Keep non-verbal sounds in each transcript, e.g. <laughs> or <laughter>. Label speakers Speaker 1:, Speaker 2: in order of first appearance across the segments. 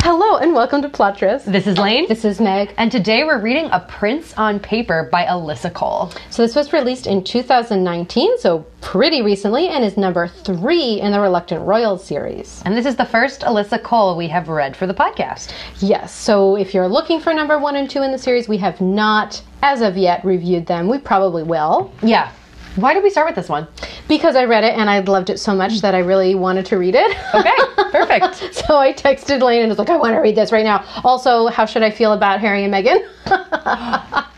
Speaker 1: Hello and welcome to Plotress.
Speaker 2: This is Lane.
Speaker 1: This is Meg.
Speaker 2: and today we're reading A Prince on Paper by Alyssa Cole.
Speaker 1: So this was released in 2019, so pretty recently, and is number three in the Reluctant Royals series.
Speaker 2: And this is the first Alyssa Cole we have read for the podcast.
Speaker 1: Yes, so if you're looking for number one and two in the series, we have not, as of yet, reviewed them. We probably will.
Speaker 2: Yeah. Why did we start with this one?
Speaker 1: Because I read it and I loved it so much that I really wanted to read it. <laughs>
Speaker 2: Okay, perfect.
Speaker 1: so I texted Lane and was like, I want to read this right now. Also, how should I feel about Harry and Meghan?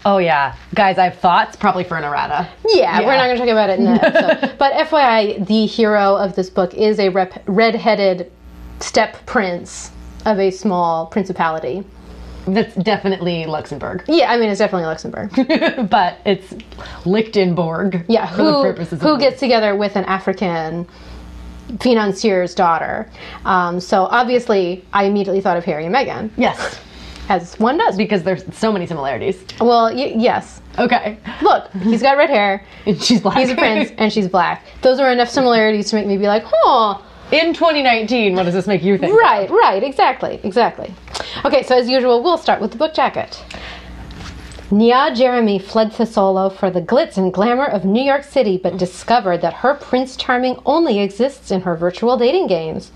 Speaker 2: Oh, yeah. Guys, I have thoughts, probably for an errata.
Speaker 1: Yeah, we're
Speaker 2: Yeah.
Speaker 1: not going to talk about it in the
Speaker 2: <laughs>
Speaker 1: episode. But FYI, the hero of this book is a rep- red-headed step prince of a small principality.
Speaker 2: That's definitely Luxembourg,
Speaker 1: Yeah, I mean it's definitely Luxembourg.
Speaker 2: <laughs> but it's Lichtenborg.
Speaker 1: Yeah,
Speaker 2: for the
Speaker 1: who
Speaker 2: purposes of
Speaker 1: who
Speaker 2: this.
Speaker 1: gets together with an African financier's daughter? Um, so obviously, I immediately thought of Harry and Meghan,
Speaker 2: Yes,
Speaker 1: as one does.
Speaker 2: because there's so many similarities.
Speaker 1: Well, y- yes.
Speaker 2: Okay. <laughs>
Speaker 1: Look, he's got red hair.
Speaker 2: And she's black.
Speaker 1: He's a prince, and she's black. Those are enough similarities to make me be like, "Huh."
Speaker 2: <laughs> In 2019, what does this make you think?
Speaker 1: Right, right, exactly, exactly. Okay, so as usual, we'll start with the book jacket. Nia Jeremy fled Thesolo for the glitz and glamour of New York City, but discovered that her Prince Charming only exists in her virtual dating games.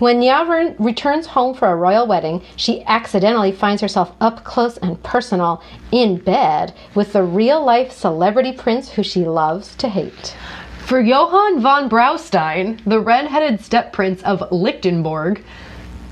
Speaker 1: When Nia re- returns home for a royal wedding, she accidentally finds herself up close and personal in bed with the real life celebrity prince who she loves to hate.
Speaker 2: For Johann von Braustein, the red-headed step prince of Lichtenborg,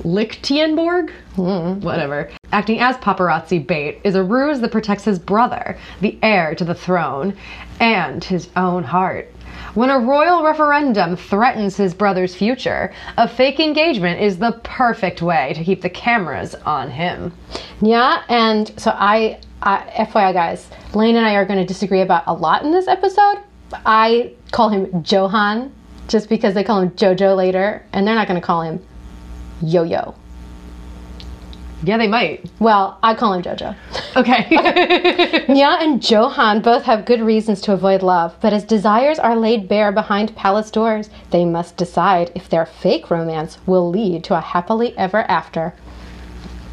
Speaker 2: Lichtenborg, Hmm, whatever, acting as paparazzi bait is a ruse that protects his brother, the heir to the throne, and his own heart. When a royal referendum threatens his brother's future, a fake engagement is the perfect way to keep the cameras on him.
Speaker 1: Yeah, and so I, I FYI guys, Lane and I are going to disagree about a lot in this episode. I call him Johan just because they call him Jojo later, and they're not going to call him Yo Yo.
Speaker 2: Yeah, they might.
Speaker 1: Well, I call him Jojo. <laughs>
Speaker 2: Okay. <laughs>
Speaker 1: Nya and Johan both have good reasons to avoid love, but as desires are laid bare behind palace doors, they must decide if their fake romance will lead to a happily ever after.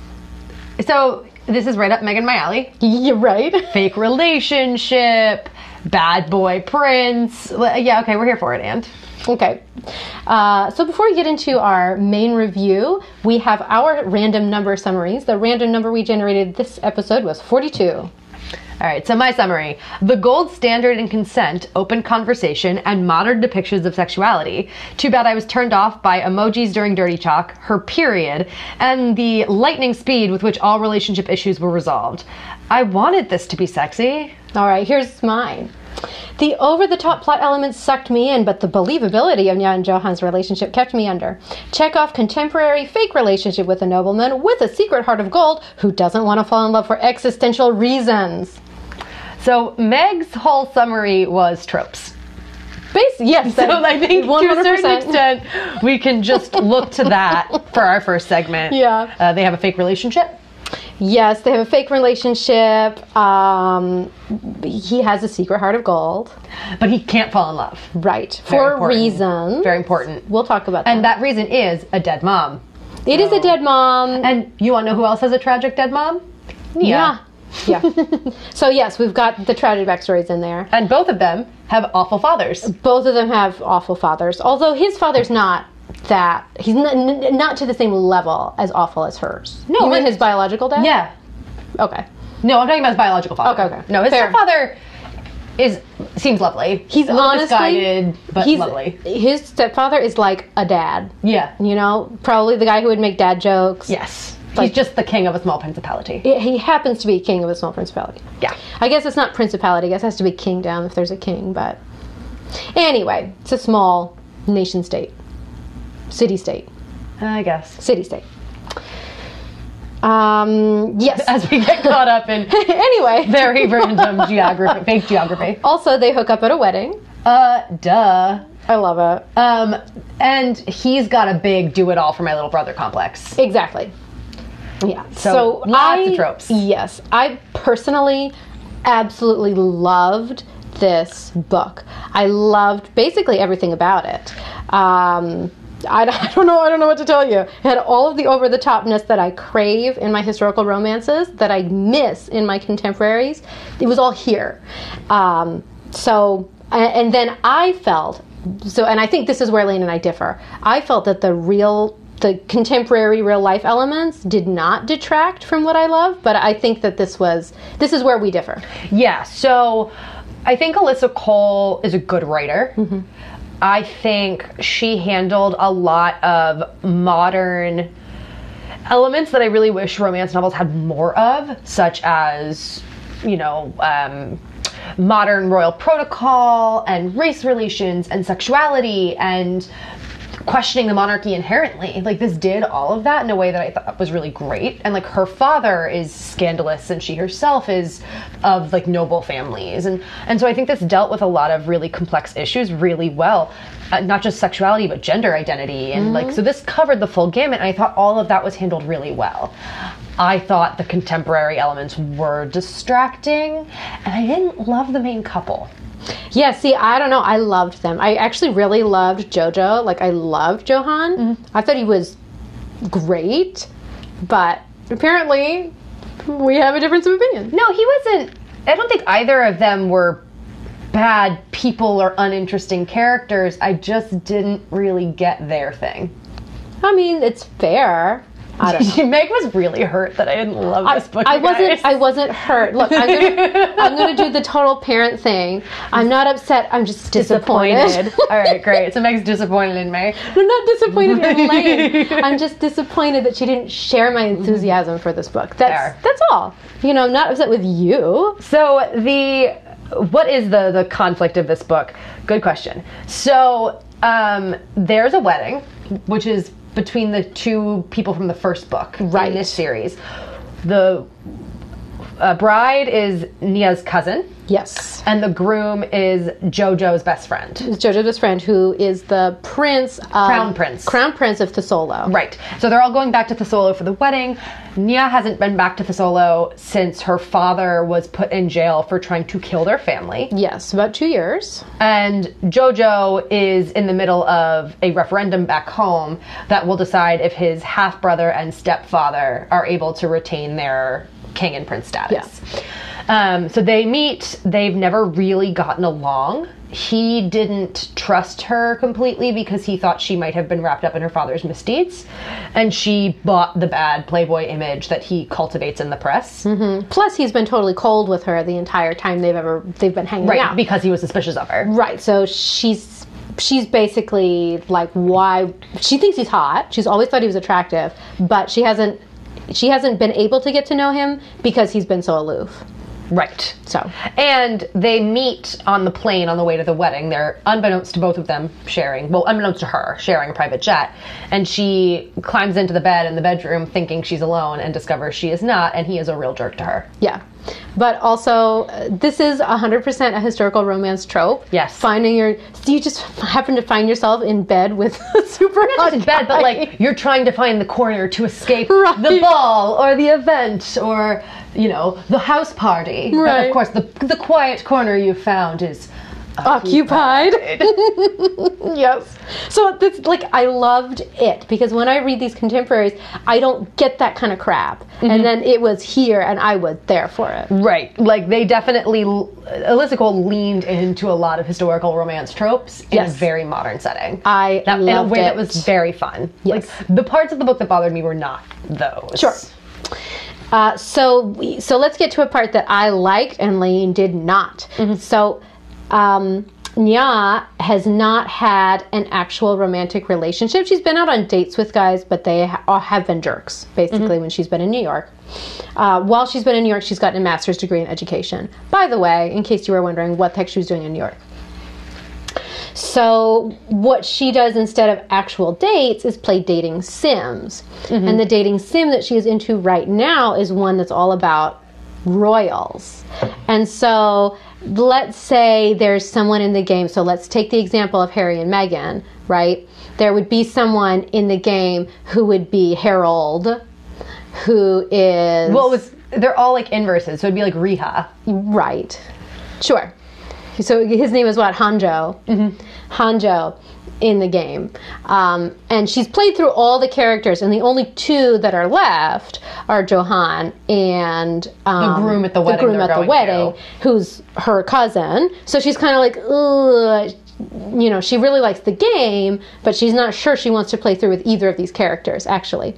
Speaker 1: <laughs>
Speaker 2: so this is right up Megan my alley.
Speaker 1: You're right. <laughs>
Speaker 2: fake relationship, bad boy prince. L- Yeah, okay, we're here for it, and
Speaker 1: Okay. Uh, so before we get into our main review, we have our random number summaries. The random number we generated this episode was 42.
Speaker 2: all right, so my summary. The gold standard in consent, open conversation, and modern depictions of sexuality. Too bad I was turned off by emojis during Dirty Chalk, her period, and the lightning speed with which all relationship issues were resolved. I wanted this to be sexy.
Speaker 1: All right, here's mine. The over the top plot elements sucked me in, but the believability of Nya and Johan's relationship kept me under. Check off contemporary fake relationship with a nobleman with a secret heart of gold who doesn't want to fall in love for existential reasons.
Speaker 2: So Meg's whole summary was tropes.
Speaker 1: Base, yes,
Speaker 2: So
Speaker 1: <laughs>
Speaker 2: I think to a
Speaker 1: 100%.
Speaker 2: certain extent, we can just look to that for our first segment.
Speaker 1: Yeah.
Speaker 2: Uh, they have a fake relationship.
Speaker 1: Yes, they have a fake relationship. Um, he has a secret heart of gold.
Speaker 2: But he can't fall in love.
Speaker 1: Right.
Speaker 2: Very
Speaker 1: For
Speaker 2: important.
Speaker 1: reasons.
Speaker 2: Very important.
Speaker 1: We'll talk about
Speaker 2: And
Speaker 1: that.
Speaker 2: that reason is a dead mom.
Speaker 1: It is a dead mom.
Speaker 2: And you want to know who else has a tragic dead mom? Nia.
Speaker 1: yeah. Yeah. <laughs> so, yes, we've got the tragic backstories in there.
Speaker 2: And both of them have awful fathers.
Speaker 1: Both of them have awful fathers, although his father's not that, he's not, n- not to the same level as awful as hers.
Speaker 2: No,
Speaker 1: You mean
Speaker 2: but-
Speaker 1: his biological dad?
Speaker 2: Yeah.
Speaker 1: Okay.
Speaker 2: No, I'm talking about his biological father.
Speaker 1: Okay, okay.
Speaker 2: No, his
Speaker 1: Fair.
Speaker 2: stepfather is seems lovely.
Speaker 1: He's
Speaker 2: a little
Speaker 1: honestly.
Speaker 2: misguided, but
Speaker 1: he's,
Speaker 2: lovely.
Speaker 1: His stepfather is like a dad.
Speaker 2: Yeah.
Speaker 1: You know, probably the guy who would make dad jokes.
Speaker 2: Yes.
Speaker 1: Like-
Speaker 2: He's just the king of a small principality.
Speaker 1: He- He happens to be king of a small principality.
Speaker 2: Yeah.
Speaker 1: I guess it's not principality. I guess it has to be kingdom if there's a king, but anyway, it's a small nation state, city state,
Speaker 2: I guess.
Speaker 1: city state. Um, yes.
Speaker 2: As we get caught up in
Speaker 1: <laughs> anyway,
Speaker 2: very random geography, fake geography.
Speaker 1: also they hook up at a wedding.
Speaker 2: Uh, duh.
Speaker 1: I love it.
Speaker 2: Um, and he's got a big do it all for my little brother complex.
Speaker 1: Exactly. Yeah.
Speaker 2: So, lots of tropes.
Speaker 1: Yes, I personally absolutely loved this book. I loved basically everything about it. Um, I, <laughs> I don't know. I don't know what to tell you. It had all of the over the topness that I crave in my historical romances, that I miss in my contemporaries. It was all here. Um, so, a- and then I felt so, and I think this is where Lane and I differ. I felt that the real, the contemporary real life elements did not detract from what I love, but I think that this was this is where we differ.
Speaker 2: Yeah, so I think Alyssa Cole is a good writer. I think she handled a lot of modern elements that I really wish romance novels had more of, such as, you know, um, modern royal protocol and race relations and sexuality and questioning the monarchy inherently. Like, this did all of that in a way that I thought was really great. And, like, her father is scandalous and she herself is of, like, noble families. And, and so I think this dealt with a lot of really complex issues really well. Uh, not just sexuality, but gender identity. And, like, so this covered the full gamut. And I thought all of that was handled really well. I thought the contemporary elements were distracting. And I didn't love the main couple.
Speaker 1: Yeah, see, I don't know. I loved them. I actually really loved JoJo. Like, I loved Johan. I thought he was great, but apparently we have a difference of opinion.
Speaker 2: No, he wasn't. I don't think either of them were bad people or uninteresting characters. I just didn't really get their thing.
Speaker 1: I mean, it's fair. I
Speaker 2: <laughs>
Speaker 1: don't know.
Speaker 2: Meg was really hurt that I didn't
Speaker 1: <laughs>
Speaker 2: love
Speaker 1: I,
Speaker 2: this book.
Speaker 1: I
Speaker 2: you
Speaker 1: wasn't.
Speaker 2: guys.
Speaker 1: I wasn't hurt. Look, I'm gonna, I'm gonna do the total parent thing. I'm not upset. I'm just disappointed. <laughs>
Speaker 2: disappointed. All right, great. So Meg's disappointed in me.
Speaker 1: I'm not disappointed in
Speaker 2: <laughs>
Speaker 1: Lane. I'm just disappointed that she didn't share my enthusiasm for this book. That's
Speaker 2: Fair.
Speaker 1: that's all. You know, I'm not upset with you.
Speaker 2: So the what is the the conflict of this book? Good question. So um, there's a wedding, which is between the two people from the first book
Speaker 1: Right.
Speaker 2: in this series. The uh, bride is Nia's cousin,
Speaker 1: Yes.
Speaker 2: and the groom is JoJo's best friend.
Speaker 1: It's Jojo, this friend, who is the prince of
Speaker 2: Crown prince.
Speaker 1: Crown Prince of Thesolo.
Speaker 2: Right. So they're all going back to Thesolo for the wedding. Nia hasn't been back to Thesolo since her father was put in jail for trying to kill their family.
Speaker 1: Yes, about two years.
Speaker 2: And Jojo is in the middle of a referendum back home that will decide if his half brother and stepfather are able to retain their king and prince status. Um, so they meet, they've never really gotten along. He didn't trust her completely because he thought she might have been wrapped up in her father's misdeeds. And she bought the bad Playboy image that he cultivates in the press.
Speaker 1: Plus, he's been totally cold with her the entire time they've ever they've been hanging
Speaker 2: Right,
Speaker 1: out.
Speaker 2: because he was suspicious of her.
Speaker 1: right. So she's she's basically like, why? She thinks he's hot. She's always thought he was attractive, but she hasn't she hasn't been able to get to know him because he's been so aloof.
Speaker 2: Right.
Speaker 1: So
Speaker 2: And they meet on the plane on the way to the wedding. They're unbeknownst to both of them sharing, well, unbeknownst to her, sharing a private jet. And she climbs into the bed in the bedroom thinking she's alone and discovers she is not, and he is a real jerk to her.
Speaker 1: yeah. But also, uh, this is 100% a historical romance trope.
Speaker 2: Yes.
Speaker 1: Finding your, you just <laughs> happen to find yourself in bed with <laughs> a super hot
Speaker 2: Not just bad, but
Speaker 1: guy.
Speaker 2: like you're trying to find the corner to escape
Speaker 1: Right.
Speaker 2: the ball or the event or, you know, the house party. But
Speaker 1: Right.
Speaker 2: of course, the, the quiet corner you found is.
Speaker 1: occupied. <laughs> yes. So this like I loved it because when I read these contemporaries, I don't get that kind of crap.
Speaker 2: Mm-hmm.
Speaker 1: And then it was here and I was there for it.
Speaker 2: Right. Like they definitely, uh, Alyssa Cole leaned into a lot of historical romance tropes in
Speaker 1: Yes.
Speaker 2: a very modern setting.
Speaker 1: I
Speaker 2: that,
Speaker 1: loved
Speaker 2: in a way
Speaker 1: it.
Speaker 2: that was very fun.
Speaker 1: Yes.
Speaker 2: Like the parts of the book that bothered me were not those.
Speaker 1: Sure. Uh, so we, so let's get to a part that I liked and Lane did not. So um, Nya has not had an actual romantic relationship. She's been out on dates with guys, but they ha- all have been jerks basically when she's been in New York. Uh, while she's been in New York, she's gotten a master's degree in education. By the way, in case you were wondering what the heck she was doing in New York. So what she does instead of actual dates is play dating sims. And the dating sim that she is into right now is one that's all about royals. And so let's say there's someone in the game. So let's take the example of Harry and Meghan, right? There would be someone in the game who would be Harold, who is <laughs>
Speaker 2: Well, it was they're all like inverses, so it'd be like Riha.
Speaker 1: right. Sure. so his name is what Hanjo.
Speaker 2: Mm-hmm.
Speaker 1: Hanjo in the game, um, and she's played through all the characters, and the only two that are left are Johan and um,
Speaker 2: groom at the wedding
Speaker 1: groom
Speaker 2: they're
Speaker 1: at the
Speaker 2: going
Speaker 1: wedding, who's her cousin. So she's kind of like, ugh. You know, she really likes the game, but she's not sure she wants to play through with either of these characters, actually.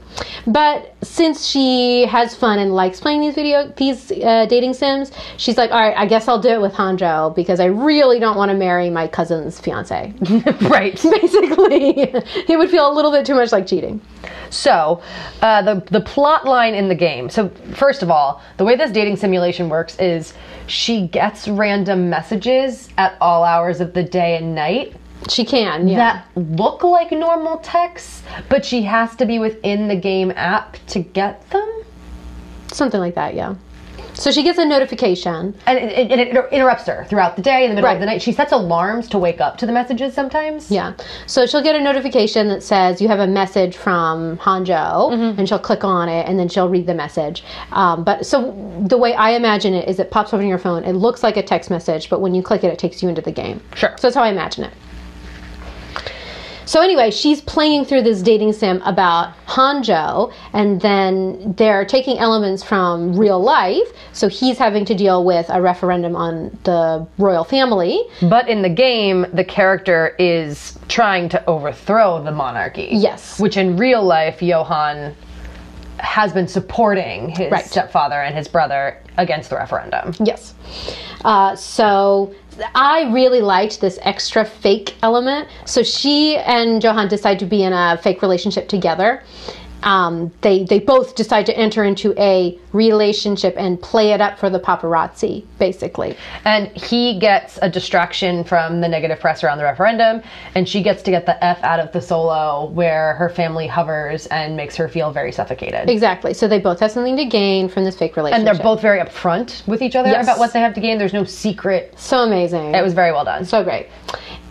Speaker 1: But since she has fun and likes playing these video, these uh, dating sims, she's like, all right, I guess I'll do it with Hanjo because I really don't want to marry my cousin's fiance. <laughs>
Speaker 2: right.
Speaker 1: Basically, <laughs> it would feel a little bit too much like cheating.
Speaker 2: <laughs> So, uh, the the plot line in the game. So, first of all, the way this dating simulation works is she gets random messages at all hours of the day and night
Speaker 1: She can, yeah.
Speaker 2: that look like normal texts, but she has to be within the game app to get them.
Speaker 1: Something like that, yeah. So she gets a notification.
Speaker 2: And it, it, it inter- interrupts her throughout the day, in the middle of
Speaker 1: Right.
Speaker 2: the night. She sets alarms to wake up to the messages sometimes.
Speaker 1: Yeah. So she'll get a notification that says you have a message from Hanjo, and she'll click on it, and then she'll read the message. Um, but so the way I imagine it is, it pops up on your phone. It looks like a text message, but when you click it, it takes you into the game.
Speaker 2: Sure.
Speaker 1: So that's how I imagine it. So anyway, she's playing through this dating sim about Hanjo, and then they're taking elements from real life. So he's having to deal with a referendum on the royal family.
Speaker 2: But in the game, the character is trying to overthrow the monarchy.
Speaker 1: Yes.
Speaker 2: Which in real life, Johan has been supporting his
Speaker 1: Right.
Speaker 2: stepfather and his brother against the referendum.
Speaker 1: Yes. Uh, so I really liked this extra fake element. So she and Johan decide to be in a fake relationship together. Um, they they both decide to enter into a relationship and play it up for the paparazzi, basically.
Speaker 2: And he gets a distraction from the negative press around the referendum, and she gets to get the F out of the solo where her family hovers and makes her feel very suffocated.
Speaker 1: Exactly. So they both have something to gain from this fake relationship.
Speaker 2: And they're both very upfront with each other
Speaker 1: Yes.
Speaker 2: about what they have to gain. There's no secret.
Speaker 1: so amazing.
Speaker 2: It was very well done.
Speaker 1: So great.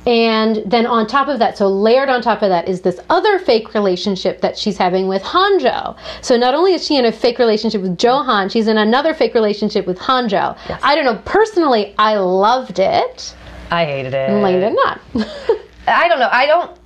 Speaker 1: And then on top of that, so layered on top of that is this other fake relationship that she's having with Hanjo. So not only is she in a fake relationship with Johan, she's in another fake relationship with Hanjo. I don't know, personally, I loved it.
Speaker 2: I hated it.
Speaker 1: Lane did not. <laughs>
Speaker 2: I don't know. I don't.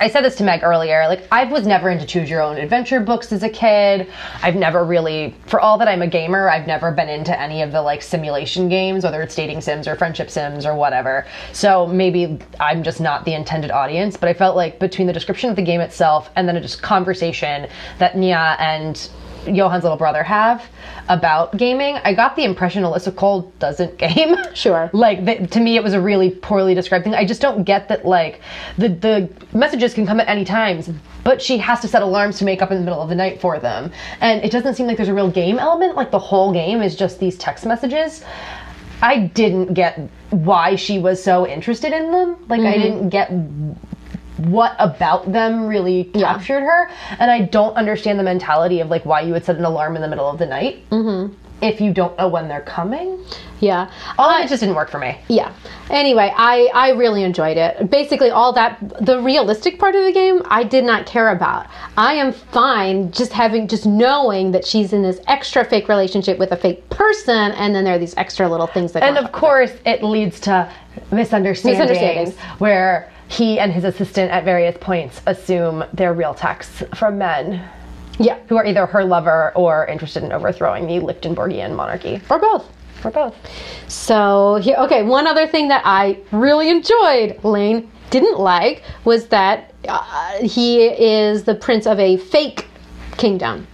Speaker 2: I said this to Meg earlier. Like, I was never into choose your own adventure books as a kid. I've never really, for all that I'm a gamer, I've never been into any of the like simulation games, whether it's dating sims or friendship sims or whatever. So maybe I'm just not the intended audience, but I felt like between the description of the game itself and then a just conversation that Nia and Johan's little brother have about gaming, I got the impression Alyssa Cole doesn't <laughs> game.
Speaker 1: Sure.
Speaker 2: like th- to me it was a really poorly described thing i just don't get that like the the messages can come at any times but she has to set alarms to make up in the middle of the night for them and it doesn't seem like there's a real game element like the whole game is just these text messages i didn't get why she was so interested in them like i didn't get what about them really captured her and i don't understand the mentality of like why you would set an alarm in the middle of the night if you don't know when they're coming
Speaker 1: yeah.
Speaker 2: all of it just didn't work for me
Speaker 1: Yeah. Anyway, I, I really enjoyed it. Basically, all that, the realistic part of the game, I did not care about. I am fine just having, just knowing that she's in this extra fake relationship with a fake person, and then there are these extra little things that
Speaker 2: And
Speaker 1: go on.
Speaker 2: of course, it leads to misunderstandings,
Speaker 1: Misunderstandings.
Speaker 2: where he and his assistant at various points assume they're real texts from men
Speaker 1: Yeah.
Speaker 2: who are either her lover or interested in overthrowing the Lichtenbergian monarchy.
Speaker 1: Or both.
Speaker 2: Or both.
Speaker 1: So, here, okay, one other thing that I really enjoyed, Lane didn't like, was that uh, he is the prince of a fake kingdom.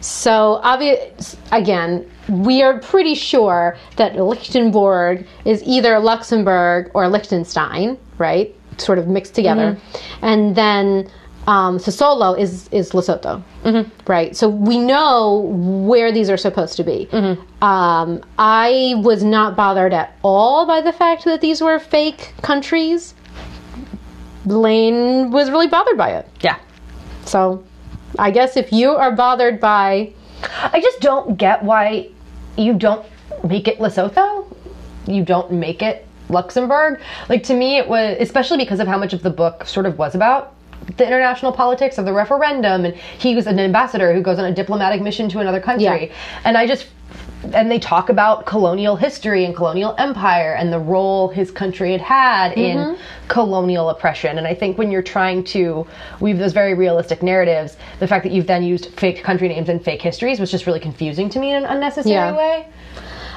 Speaker 1: So, obvious, again, we are pretty sure that Lichtenborg is either Luxembourg or Liechtenstein, right? Sort of mixed together. And then um, Sisolo is, is Lesotho, right? So we know where these are supposed to be. Um, I was not bothered at all by the fact that these were fake countries. Lane was really bothered by it.
Speaker 2: Yeah.
Speaker 1: So I guess if you are bothered by
Speaker 2: I just don't get why you don't make it Lesotho. You don't make it Luxembourg. Like to me, it was especially because of how much of the book sort of was about the international politics of the referendum, and he was an ambassador who goes on a diplomatic mission to another country.
Speaker 1: Yeah.
Speaker 2: And I just and they talk about colonial history and colonial empire and the role his country had had in
Speaker 1: Mm-hmm.
Speaker 2: colonial oppression. And I think when you're trying to weave those very realistic narratives, the fact that you've then used fake country names and fake histories was just really confusing to me in an unnecessary
Speaker 1: Yeah.
Speaker 2: way.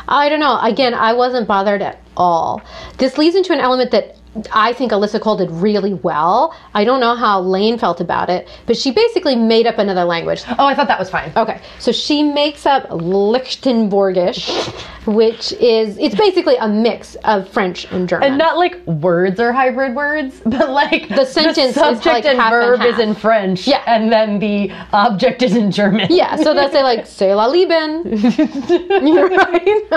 Speaker 1: I don't know. Again, I wasn't bothered at all. This leads into an element that I think Alyssa Cole did really well. I don't know how Lane felt about it, but she basically made up another language.
Speaker 2: Oh, I thought that was fine.
Speaker 1: Okay, so she makes up Lichtenborgish, which is it's basically a mix of French and German.
Speaker 2: And not like words are hybrid words, <laughs> but like the
Speaker 1: sentence is,
Speaker 2: subject
Speaker 1: like,
Speaker 2: and
Speaker 1: half and
Speaker 2: verb
Speaker 1: half.
Speaker 2: is in French,
Speaker 1: Yeah.
Speaker 2: and then the object is in German.
Speaker 1: <laughs> yeah, so they'll say like "C'est la Lieben," right?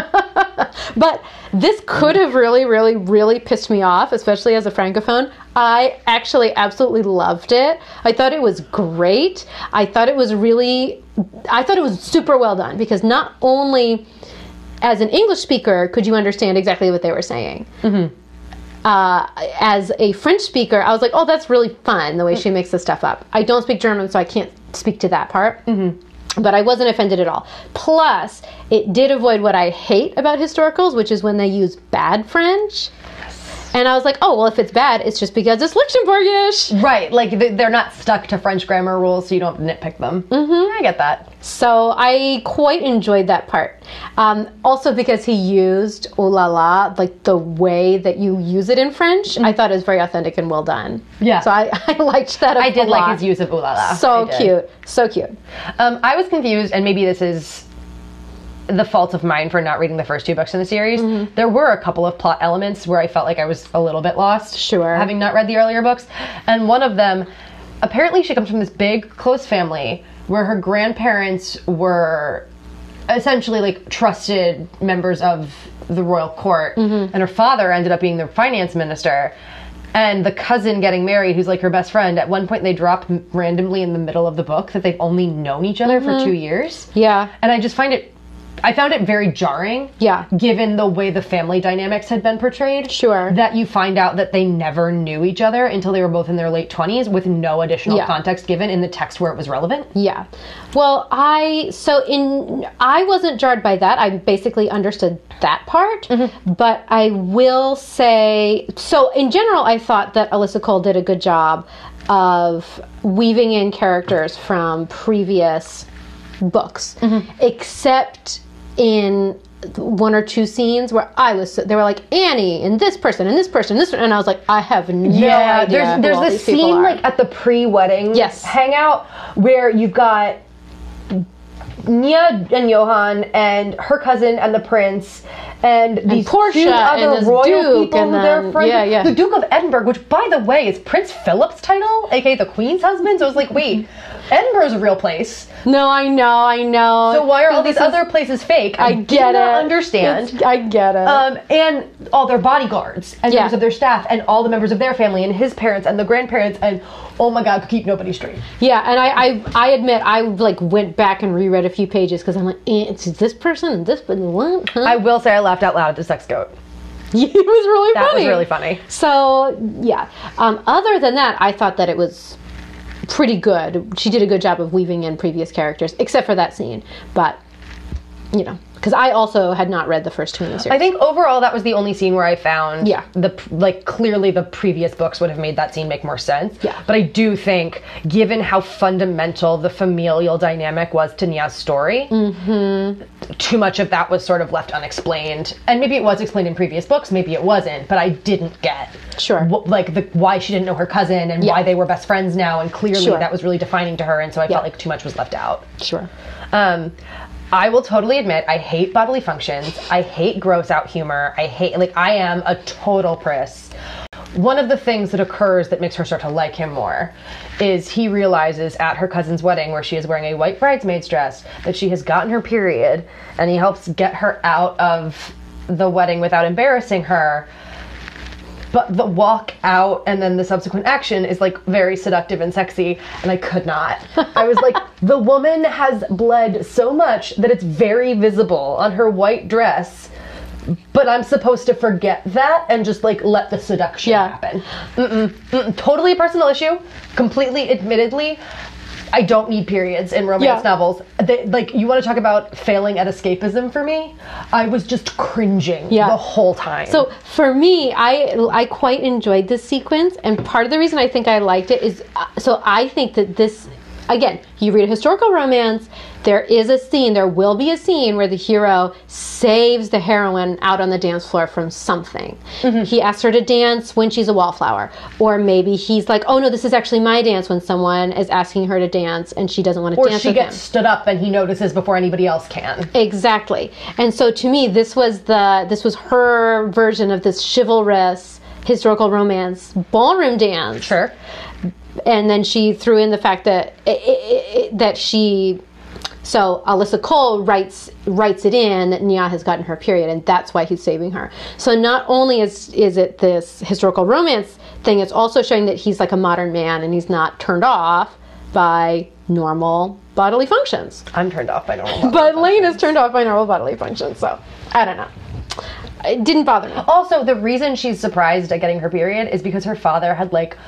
Speaker 1: <laughs> but this could have really, really, really pissed me off, especially as a francophone. I actually absolutely loved it. I thought it was great. I thought it was really, I thought it was super well done because not only as an English speaker could you understand exactly what they were saying, uh, as a French speaker, I was like, oh, that's really fun the way she makes this stuff up. I don't speak German, so I can't speak to that part. Mm-hmm. But I wasn't offended at all. Plus, it did avoid what I hate about historicals, which is when they use bad French. And I was like, oh, well, if it's bad, it's just because it's Luxembourgish.
Speaker 2: Right, like th- they're not stuck to French grammar rules, so you don't nitpick them. Mm-hmm. I get that.
Speaker 1: So I quite enjoyed that part. Um, also, because he used ooh la la, like the way that you use it in French, I thought it was very authentic and well done.
Speaker 2: Mm-hmm. Yeah.
Speaker 1: So I, <laughs> I liked that.
Speaker 2: I did like his
Speaker 1: use.
Speaker 2: use of ooh la la.
Speaker 1: So
Speaker 2: I did.
Speaker 1: cute. So cute.
Speaker 2: Um, I was confused, and maybe this is the fault of mine for not reading the first two books in the series. There were a couple of plot elements where I felt like I was a little bit lost.
Speaker 1: Sure.
Speaker 2: Having not read the earlier books. And one of them, apparently, she comes from this big, close family where her grandparents were essentially like trusted members of the royal court. And her father ended up being the finance minister. And the cousin getting married, who's like her best friend, at one point they drop m- randomly in the middle of the book that they've only known each other for two years.
Speaker 1: Yeah.
Speaker 2: And I just find it, I found it very jarring.
Speaker 1: Yeah.
Speaker 2: Given the way the family dynamics had been portrayed.
Speaker 1: Sure.
Speaker 2: That you find out that they never knew each other until they were both in their late 20s with no additional
Speaker 1: Yeah.
Speaker 2: context given in the text where it was relevant.
Speaker 1: Yeah. Well, I so in I wasn't jarred by that. I basically understood that part,
Speaker 2: Mm-hmm.
Speaker 1: but I will say so in general I thought that Alyssa Cole did a good job of weaving in characters from previous books
Speaker 2: Mm-hmm.
Speaker 1: except in one or two scenes where I was they were like Annie and this person and this person and this one, and I was like I have no idea who
Speaker 2: there's there's
Speaker 1: all
Speaker 2: this
Speaker 1: these people
Speaker 2: scene
Speaker 1: are.
Speaker 2: like at the pre-wedding
Speaker 1: Yes.
Speaker 2: hangout where you've got Nia and Johan and her cousin and the prince and these
Speaker 1: Portia
Speaker 2: two
Speaker 1: and
Speaker 2: other
Speaker 1: this
Speaker 2: royal
Speaker 1: duke
Speaker 2: people
Speaker 1: and
Speaker 2: who they're
Speaker 1: then-
Speaker 2: friends.
Speaker 1: yeah,
Speaker 2: with.
Speaker 1: yeah.
Speaker 2: The Duke of Edinburgh, which by the way is Prince Philip's title, aka the Queen's husband. So it's like, wait,
Speaker 1: Mm-hmm.
Speaker 2: Edinburgh's a real place.
Speaker 1: No, I know, I know.
Speaker 2: So why are all these
Speaker 1: This is-
Speaker 2: other places fake?
Speaker 1: I
Speaker 2: do
Speaker 1: get
Speaker 2: not
Speaker 1: it.
Speaker 2: Understand?
Speaker 1: It's- I get it.
Speaker 2: um, and all their bodyguards and
Speaker 1: Yeah.
Speaker 2: members of their staff and all the members of their family and his parents and the grandparents and oh my god, could keep nobody straight.
Speaker 1: yeah, and I, I, I admit, I like went back and reread a few pages because I'm like, eh, it's this person and this, but what? <laughs> Huh?
Speaker 2: I will say I laughed out loud at the sex goat.
Speaker 1: it was really
Speaker 2: That
Speaker 1: funny.
Speaker 2: was really funny.
Speaker 1: So yeah. Um, other than that, I thought that it was pretty good. She did a good job of weaving in previous characters, except for that scene. But you know, because I also had not read the first two in the series.
Speaker 2: I think overall that was the only scene where I found
Speaker 1: Yeah.
Speaker 2: the p- like clearly the previous books would have made that scene make more sense.
Speaker 1: Yeah.
Speaker 2: But I do think given how fundamental the familial dynamic was to Nia's story,
Speaker 1: Mm-hmm.
Speaker 2: too much of that was sort of left unexplained. And maybe it was explained in previous books, maybe it wasn't, but I didn't get
Speaker 1: Sure.
Speaker 2: wh- like the why she didn't know her cousin and
Speaker 1: Yeah.
Speaker 2: why they were best friends now and clearly
Speaker 1: Sure.
Speaker 2: that was really defining to her and so I
Speaker 1: Yeah.
Speaker 2: felt like too much was left out.
Speaker 1: sure.
Speaker 2: Um, I will totally admit I hate bodily functions. I hate gross out humor. I hate like I am a total priss. One of the things that occurs that makes her start to like him more is he realizes at her cousin's wedding, where she is wearing a white bridesmaid's dress, that she has gotten her period, and he helps get her out of the wedding without embarrassing her. But the walk out and then the subsequent action is like very seductive and sexy, and I could not.
Speaker 1: <laughs>
Speaker 2: I was like, the woman has bled so much that it's very visible on her white dress, but I'm supposed to forget that and just like let the seduction
Speaker 1: Yeah.
Speaker 2: happen. Mm-mm, mm-mm. Totally a personal issue, completely admittedly. I don't need periods in romance
Speaker 1: Yeah.
Speaker 2: novels. They, like you want to talk about failing at escapism for me? I was just cringing
Speaker 1: Yeah.
Speaker 2: the whole time.
Speaker 1: So for me, I I quite enjoyed this sequence, and part of the reason I think I liked it is uh, so I think that this again, you read a historical romance, there is a scene, there will be a scene where the hero saves the heroine out on the dance floor from something.
Speaker 2: Mm-hmm.
Speaker 1: He asks her to dance when she's a wallflower, or maybe he's like, oh no, this is actually my dance when someone is asking her to dance and she doesn't want to
Speaker 2: or
Speaker 1: dance
Speaker 2: she
Speaker 1: with
Speaker 2: gets
Speaker 1: him.
Speaker 2: stood up and he notices before anybody else can.
Speaker 1: Exactly. And so to me, this was the this was her version of this chivalrous historical romance ballroom dance.
Speaker 2: Sure.
Speaker 1: And then she threw in the fact that i i i that she. So Alyssa Cole writes writes it in that Nia has gotten her period, and that's why he's saving her. So not only is is it this historical romance thing, it's also showing that he's like a modern man and he's not turned off by normal bodily functions
Speaker 2: I'm turned off by normal. love.
Speaker 1: but Lane is turned off by normal bodily functions, so I don't know. It didn't bother me.
Speaker 2: also, the reason she's surprised at getting her period is because her father had like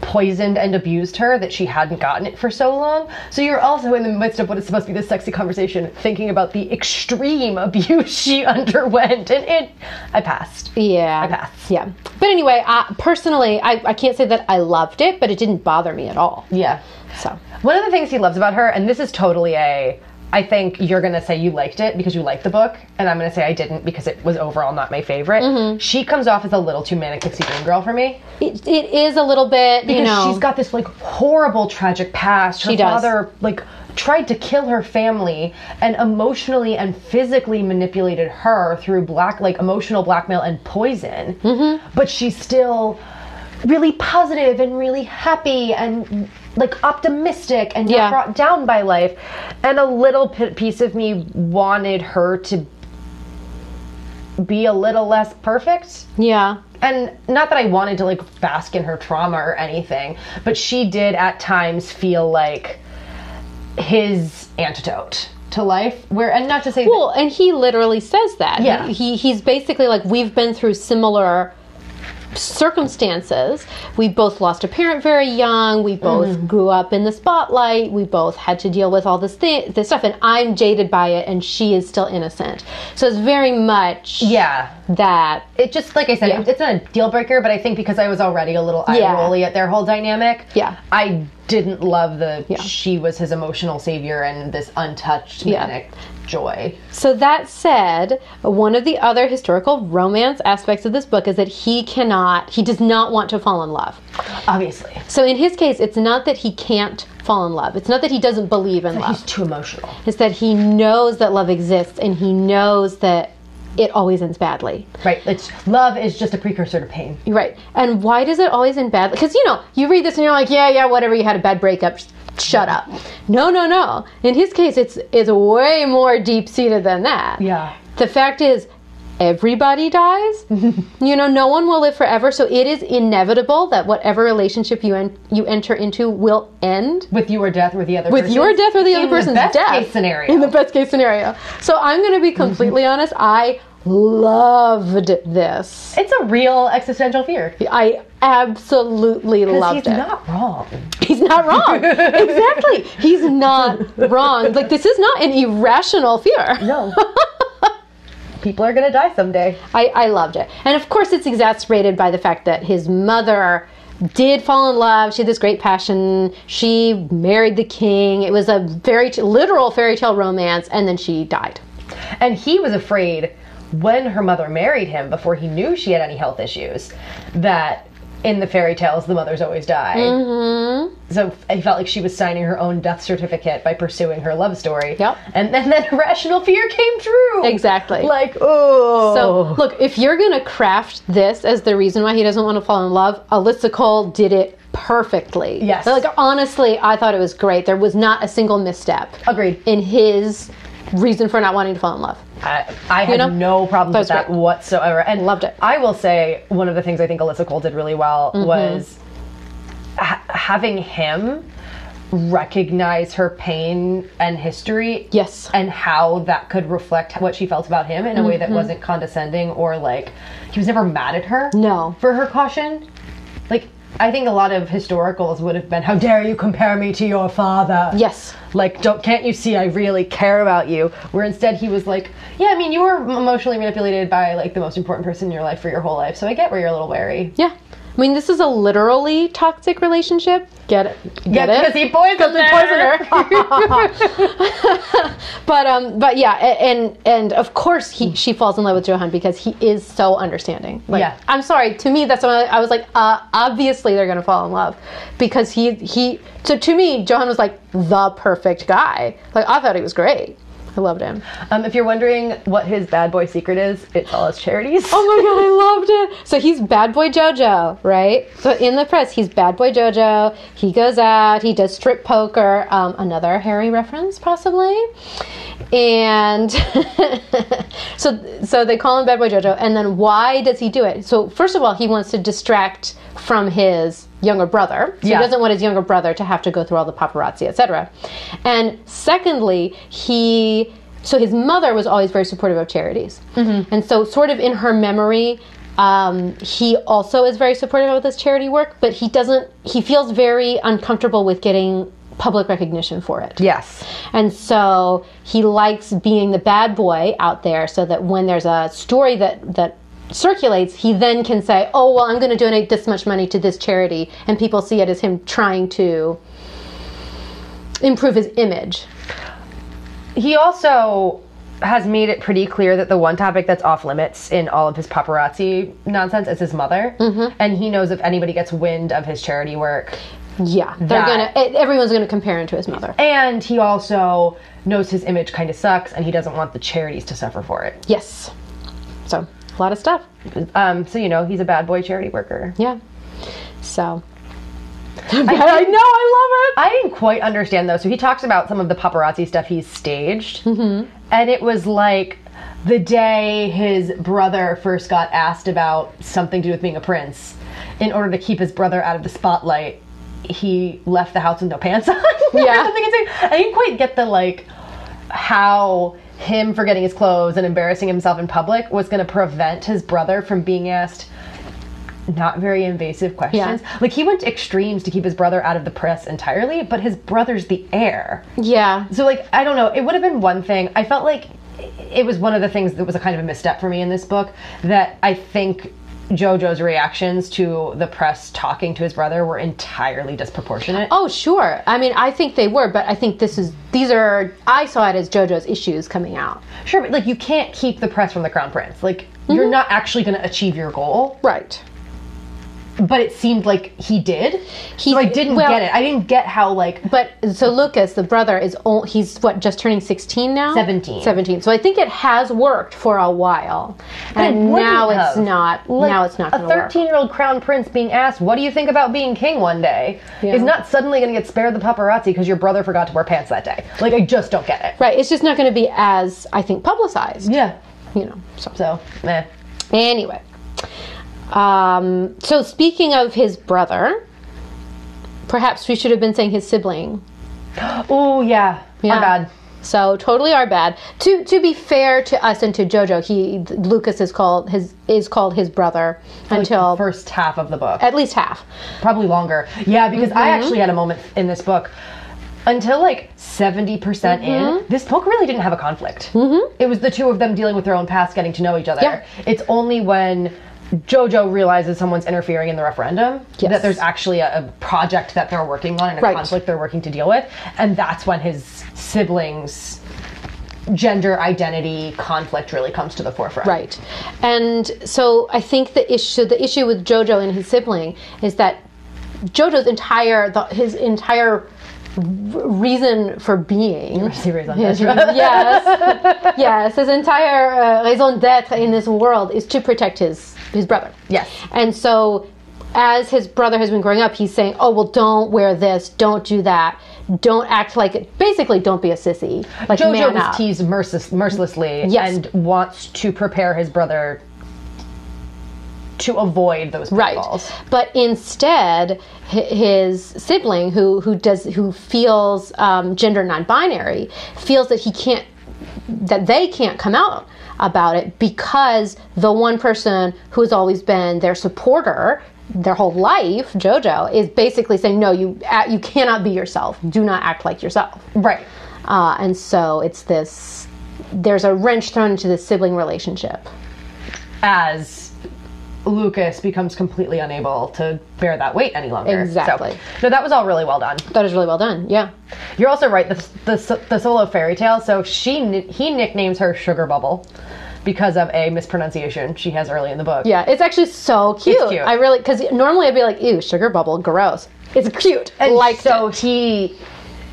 Speaker 2: poisoned and abused her that she hadn't gotten it for so long. So you're also in the midst of what is supposed to be this sexy conversation thinking about the extreme <laughs> abuse she underwent and it I passed.
Speaker 1: Yeah.
Speaker 2: I pass.
Speaker 1: Yeah. But anyway, I, personally, I, I can't say that I loved it, but it didn't bother me at all.
Speaker 2: Yeah.
Speaker 1: So,
Speaker 2: One of the things he loves about her, and this is totally a, I think you're gonna say you liked it because you liked the book, and I'm gonna say I didn't because it was overall not my favorite. She comes off as a little too manic pixie dream girl for me.
Speaker 1: it, it is a little bit, you
Speaker 2: Because
Speaker 1: know.
Speaker 2: she's got this like horrible tragic past. Her
Speaker 1: She does.
Speaker 2: father like tried to kill her family and emotionally and physically manipulated her through black like emotional blackmail and poison.
Speaker 1: Mm-hmm.
Speaker 2: But she's still really positive and really happy and like optimistic and
Speaker 1: Yeah.
Speaker 2: not brought down by life. And a little p- piece of me wanted her to be a little less perfect
Speaker 1: yeah.
Speaker 2: and not that I wanted to like bask in her trauma or anything, but she did at times feel like his antidote to life. Where and not to say
Speaker 1: Well, and he literally says that.
Speaker 2: Yeah.
Speaker 1: He, he's basically like, we've been through similar circumstances. We both lost a parent very young. We both
Speaker 2: Mm-hmm.
Speaker 1: grew up in the spotlight. We both had to deal with all this thi- this stuff, and I'm jaded by it, and she is still innocent. So it's very much
Speaker 2: that, yeah,
Speaker 1: that.
Speaker 2: it just like I said,
Speaker 1: Yeah.
Speaker 2: it's not a deal breaker, but I think because I was already a little eye
Speaker 1: Yeah.
Speaker 2: rolly at their whole dynamic,
Speaker 1: Yeah.
Speaker 2: I didn't love the
Speaker 1: Yeah.
Speaker 2: she was his emotional savior and this untouched
Speaker 1: Yeah.
Speaker 2: manic joy.
Speaker 1: So that said, one of the other historical romance aspects of this book is that he cannot, he does not want to fall in love.
Speaker 2: Obviously,
Speaker 1: So in his case, it's not that he can't fall in love. It's not that he doesn't believe in love.
Speaker 2: he's too emotional.
Speaker 1: It's that he knows that love exists and he knows that it always ends badly.
Speaker 2: Right? It's love is just a precursor to pain.
Speaker 1: Right. And why does it always end badly? Because, you know, you read this and you're like, yeah, yeah, whatever, you had a bad breakup. sh- Shut up. No, no, no. In his case, it's, it's way more deep seated than that.
Speaker 2: Yeah.
Speaker 1: The fact is, everybody dies. you know, no one will live forever. So it is inevitable that whatever relationship you, en- you enter into will end.
Speaker 2: With you or death, or the other
Speaker 1: with
Speaker 2: person.
Speaker 1: your death or the other
Speaker 2: the
Speaker 1: person's
Speaker 2: best
Speaker 1: death
Speaker 2: case scenario. Mm-hmm.
Speaker 1: in the best case scenario so i'm going to be completely honest i loved this
Speaker 2: It's a real existential fear.
Speaker 1: i absolutely
Speaker 2: Because
Speaker 1: loved
Speaker 2: he's
Speaker 1: it
Speaker 2: not wrong.
Speaker 1: he's not
Speaker 2: <laughs>
Speaker 1: wrong exactly he's not wrong like this is not an irrational fear
Speaker 2: No. People are gonna die someday.
Speaker 1: <laughs> I, I loved it. And of course, it's exacerbated by the fact that his mother did fall in love. She had this great passion. She married the king. It was a very t- literal fairy tale romance, and then she died.
Speaker 2: And he was afraid when her mother married him before he knew she had any health issues that in the fairy tales the mothers always die. Mm-hmm. So he felt like she was signing her own death certificate by pursuing her love story.
Speaker 1: Yep.
Speaker 2: And then that <laughs> irrational fear came true.
Speaker 1: Exactly.
Speaker 2: Like, oh.
Speaker 1: So, look, if you're going to craft this as the reason why he doesn't want to fall in love, Alyssa Cole did it perfectly.
Speaker 2: Yes.
Speaker 1: Like, honestly, I thought it was great. There was not a single misstep
Speaker 2: Agreed.
Speaker 1: in his reason for not wanting to fall in love.
Speaker 2: I, I had
Speaker 1: know?
Speaker 2: no problems with
Speaker 1: That was
Speaker 2: that whatsoever, and
Speaker 1: Loved it. Mm-hmm.
Speaker 2: I will say one of the things I think Alyssa Cole did really well was ha- having him recognize her pain and history,
Speaker 1: Yes.
Speaker 2: and how that could reflect what she felt about him in a way
Speaker 1: Mm-hmm.
Speaker 2: that wasn't condescending or like he was never mad at her.
Speaker 1: No.
Speaker 2: for her caution, like I think a lot of historicals would have been, "How dare you compare me to your father?"
Speaker 1: Yes.
Speaker 2: Like, don't can't you see I really care about you? Where instead he was like, "Yeah, I mean, you were emotionally manipulated by like the most important person in your life for your whole life, so I get where you're a little wary."
Speaker 1: Yeah. I mean, this is a literally toxic relationship. Get it? Get
Speaker 2: because
Speaker 1: it?
Speaker 2: he poisoned her.
Speaker 1: poisoner. <laughs> but um, but yeah, a- and and of course he she falls in love with Johan because he is so understanding. Like,
Speaker 2: Yeah.
Speaker 1: I'm sorry. To me, that's when I, I was like, uh, obviously they're gonna fall in love because he he. So to me, Johan was like the perfect guy. Like I thought he was great. I loved him.
Speaker 2: Um, if you're wondering what his bad boy secret is, it's all his charities.
Speaker 1: <laughs> Oh my god, I loved it. So he's bad boy JoJo, right? So in the press, he's bad boy JoJo. He goes out, he does strip poker, um, another Harry reference possibly. And <laughs> so so they call him bad boy JoJo. And then why does he do it? So first of all, he wants to distract from his younger brother. So
Speaker 2: Yeah.
Speaker 1: he doesn't want his younger brother to have to go through all the paparazzi, etc. And secondly, he so his mother was always very supportive of charities, and so sort of in her memory. Um, he also is very supportive of this charity work, but he doesn't. He feels very uncomfortable with getting public recognition for it.
Speaker 2: Yes.
Speaker 1: And so he likes being the bad boy out there so that when there's a story that, that circulates, he then can say, oh, well, I'm going to donate this much money to this charity. And people see it as him trying to improve his image.
Speaker 2: He also has made it pretty clear that the one topic that's off limits in all of his paparazzi nonsense is his mother. Mm-hmm. And he knows if anybody gets wind of his charity work.
Speaker 1: Yeah. They're going
Speaker 2: That-
Speaker 1: to, everyone's going to compare him to his mother.
Speaker 2: And he also knows his image kind of sucks and he doesn't want the charities to suffer for it.
Speaker 1: Yes. So a lot of stuff.
Speaker 2: Um, so, you know, he's a bad boy charity worker.
Speaker 1: Yeah. So
Speaker 2: <laughs> I know, I love it. I didn't quite understand though. So he talks about some of the paparazzi stuff he's staged, and it was like the day his brother first got asked about something to do with being a prince. In order to keep his brother out of the spotlight, he left the house with no pants on. <laughs>
Speaker 1: Yeah.
Speaker 2: or something insane. I didn't quite get the like how him forgetting his clothes and embarrassing himself in public was going to prevent his brother from being asked not very invasive questions.
Speaker 1: Yeah.
Speaker 2: Like he went to extremes to keep his brother out of the press entirely, but his brother's the heir.
Speaker 1: yeah.
Speaker 2: So like I don't know, it would have been one thing. I felt like it was one of the things that was a kind of a misstep for me in this book that I think Jojo's reactions to the press talking to his brother were entirely disproportionate.
Speaker 1: Oh, sure. I mean, I think they were, but I think this is these are I saw it as JoJo's issues coming out.
Speaker 2: Sure, but like you can't keep the press from the crown prince. Like you're
Speaker 1: Mm-hmm.
Speaker 2: not actually going to achieve your goal,
Speaker 1: Right.
Speaker 2: but it seemed like he did. so I didn't
Speaker 1: well-
Speaker 2: get it. I didn't get how like
Speaker 1: But so Lucas, the brother, is o- he's what just turning sixteen now.
Speaker 2: 17.
Speaker 1: Seventeen. So I think it has worked for a while,
Speaker 2: it
Speaker 1: and
Speaker 2: wouldn't
Speaker 1: now it's
Speaker 2: have.
Speaker 1: not.
Speaker 2: Like,
Speaker 1: now it's not going
Speaker 2: a
Speaker 1: to work.
Speaker 2: 13 year old crown prince being asked what do you think about being king one day
Speaker 1: Yeah.
Speaker 2: is not suddenly going to get spared the paparazzi because your brother forgot to wear pants that day like i just don't get it
Speaker 1: Right. It's just not going to be as I think publicized.
Speaker 2: yeah
Speaker 1: You know. So
Speaker 2: so eh.
Speaker 1: anyway, um, so speaking of his brother, perhaps we should have been saying his sibling.
Speaker 2: oh yeah,
Speaker 1: Yeah.
Speaker 2: my bad
Speaker 1: So totally our bad. To to be fair to us and to Jojo, he Lucas is called his is called his brother until
Speaker 2: the first half of the book
Speaker 1: at least half.
Speaker 2: probably longer yeah because i
Speaker 1: Mm-hmm.
Speaker 2: actually had a moment in this book until like 70% percent in
Speaker 1: Mm-hmm.
Speaker 2: this book really didn't have a conflict mm-hmm. it was the two of them dealing with their own past getting to know each other
Speaker 1: Yeah.
Speaker 2: it's only when jojo realizes someone's interfering in the referendum
Speaker 1: Yes.
Speaker 2: that there's actually a, a project that they're working on and a
Speaker 1: Right.
Speaker 2: conflict they're working to deal with and that's when his siblings gender identity conflict really comes to the forefront
Speaker 1: Right. And so I think the issue the issue with Jojo and his sibling is that Jojo's entire the, his entire r- reason for being <laughs>
Speaker 2: Series on <laughs>
Speaker 1: yes yes his entire uh, raison d'etre in this world is to protect his his brother
Speaker 2: Yes.
Speaker 1: and so as his brother has been growing up he's saying oh well don't wear this don't do that don't act like basically don't be a sissy like
Speaker 2: Jojo
Speaker 1: man
Speaker 2: was
Speaker 1: up.
Speaker 2: teased merciless, mercilessly
Speaker 1: Yes.
Speaker 2: and wants to prepare his brother to avoid those
Speaker 1: right
Speaker 2: pitfalls.
Speaker 1: but instead hi- his sibling who who does who feels um, gender non-binary feels that he can't that they can't come out about it because the one person who has always been their supporter their whole life, Jojo, is basically saying, no, you uh, you cannot be yourself. Do not act like yourself.
Speaker 2: Right.
Speaker 1: Uh, and so it's this. There's a wrench thrown into the sibling relationship.
Speaker 2: As Lucas becomes completely unable to bear that weight any longer. So,
Speaker 1: Exactly.
Speaker 2: no, that was all really well done.
Speaker 1: That is really well done. Yeah.
Speaker 2: You're also right. The the, the solo fairy tale. So she ni- he nicknames her Sugar Bubble because of a mispronunciation she has early in the book.
Speaker 1: Yeah, it's actually so cute.
Speaker 2: cute.
Speaker 1: I really because normally I'd be like, "Ew, sugar bubble, gross." It's cute.
Speaker 2: And
Speaker 1: like
Speaker 2: so he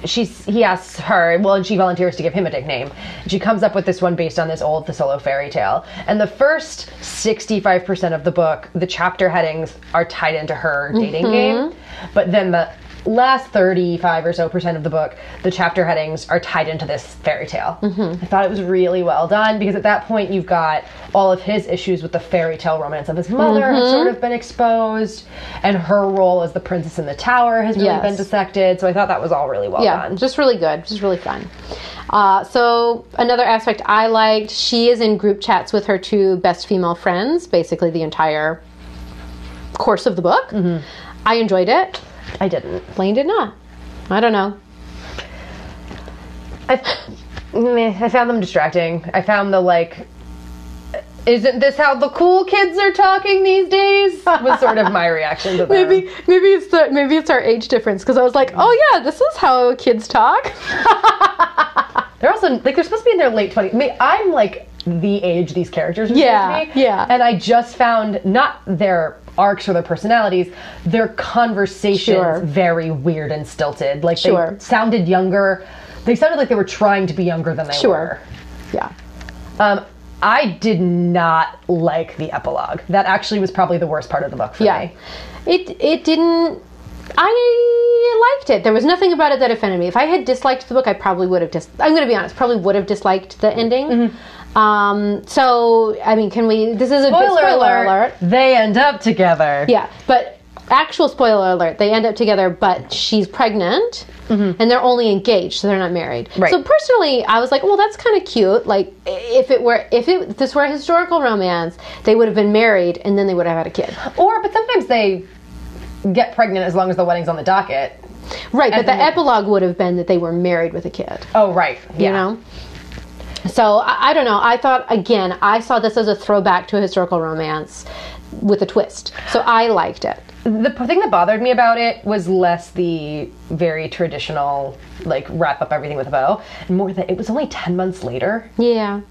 Speaker 2: she's he asks her well and she volunteers to give him a nickname she comes up with this one based on this old the solo fairy tale and the first 65% of the book the chapter headings are tied into her dating game but then the last 35 or so percent of the book the chapter headings are tied into this fairy tale i thought it was really well done because at that point you've got all of his issues with the fairy tale romance of his mother have sort of been exposed and her role as the princess in the tower has really
Speaker 1: Yes.
Speaker 2: been dissected so i thought that was all really well
Speaker 1: yeah,
Speaker 2: done
Speaker 1: just really good, just really fun. Uh, so another aspect I liked, she is in group chats with her two best female friends, basically the entire course of the book. I enjoyed it.
Speaker 2: i didn't
Speaker 1: Blaine did not. I don't know.
Speaker 2: I, meh, I found them distracting i found the like isn't this how the cool kids are talking these days was sort of
Speaker 1: <laughs>
Speaker 2: my reaction to them
Speaker 1: Maybe maybe it's the maybe it's our age difference because I was like, oh yeah, this is how kids talk.
Speaker 2: They're also like they're supposed to be in their late twenties. I mean, I'm like the age these characters are
Speaker 1: Yeah,
Speaker 2: supposed to be.
Speaker 1: yeah.
Speaker 2: And I just found not their arcs or their personalities, their conversations
Speaker 1: Sure.
Speaker 2: very weird and stilted. Like
Speaker 1: Sure.
Speaker 2: they sounded younger. They sounded like they were trying to be younger than they
Speaker 1: Sure. yeah.
Speaker 2: were. Um, I did not like the epilogue. That actually was probably the worst part of the book for
Speaker 1: Yeah.
Speaker 2: me.
Speaker 1: It it didn't I liked it. There was nothing about it that offended me. If I had disliked the book, I probably would have dis I'm going to be honest, probably would have disliked the ending. Um, so I mean, can we this is a
Speaker 2: Mm-hmm. Spoiler, alert, They end up together.
Speaker 1: Yeah, but actual spoiler alert, they end up together, but she's pregnant and they're only engaged, so they're not married.
Speaker 2: Mm-hmm. Right.
Speaker 1: So personally, I was like, well, that's kind of cute. Like if it were if it if this were a historical romance, they would have been married and then they would have had a kid.
Speaker 2: Or but sometimes they get pregnant as long as the wedding's on the docket.
Speaker 1: Right, but
Speaker 2: And
Speaker 1: the
Speaker 2: then-
Speaker 1: epilogue would have been that they were married with a kid,
Speaker 2: Oh right. Yeah.
Speaker 1: you know? So I, I don't know. I thought, again, I saw this as a throwback to a historical romance with a twist. So I liked it.
Speaker 2: The p- thing that bothered me about it was less the very traditional, like wrap up everything with a bow, and more that it was only ten months later.
Speaker 1: Yeah.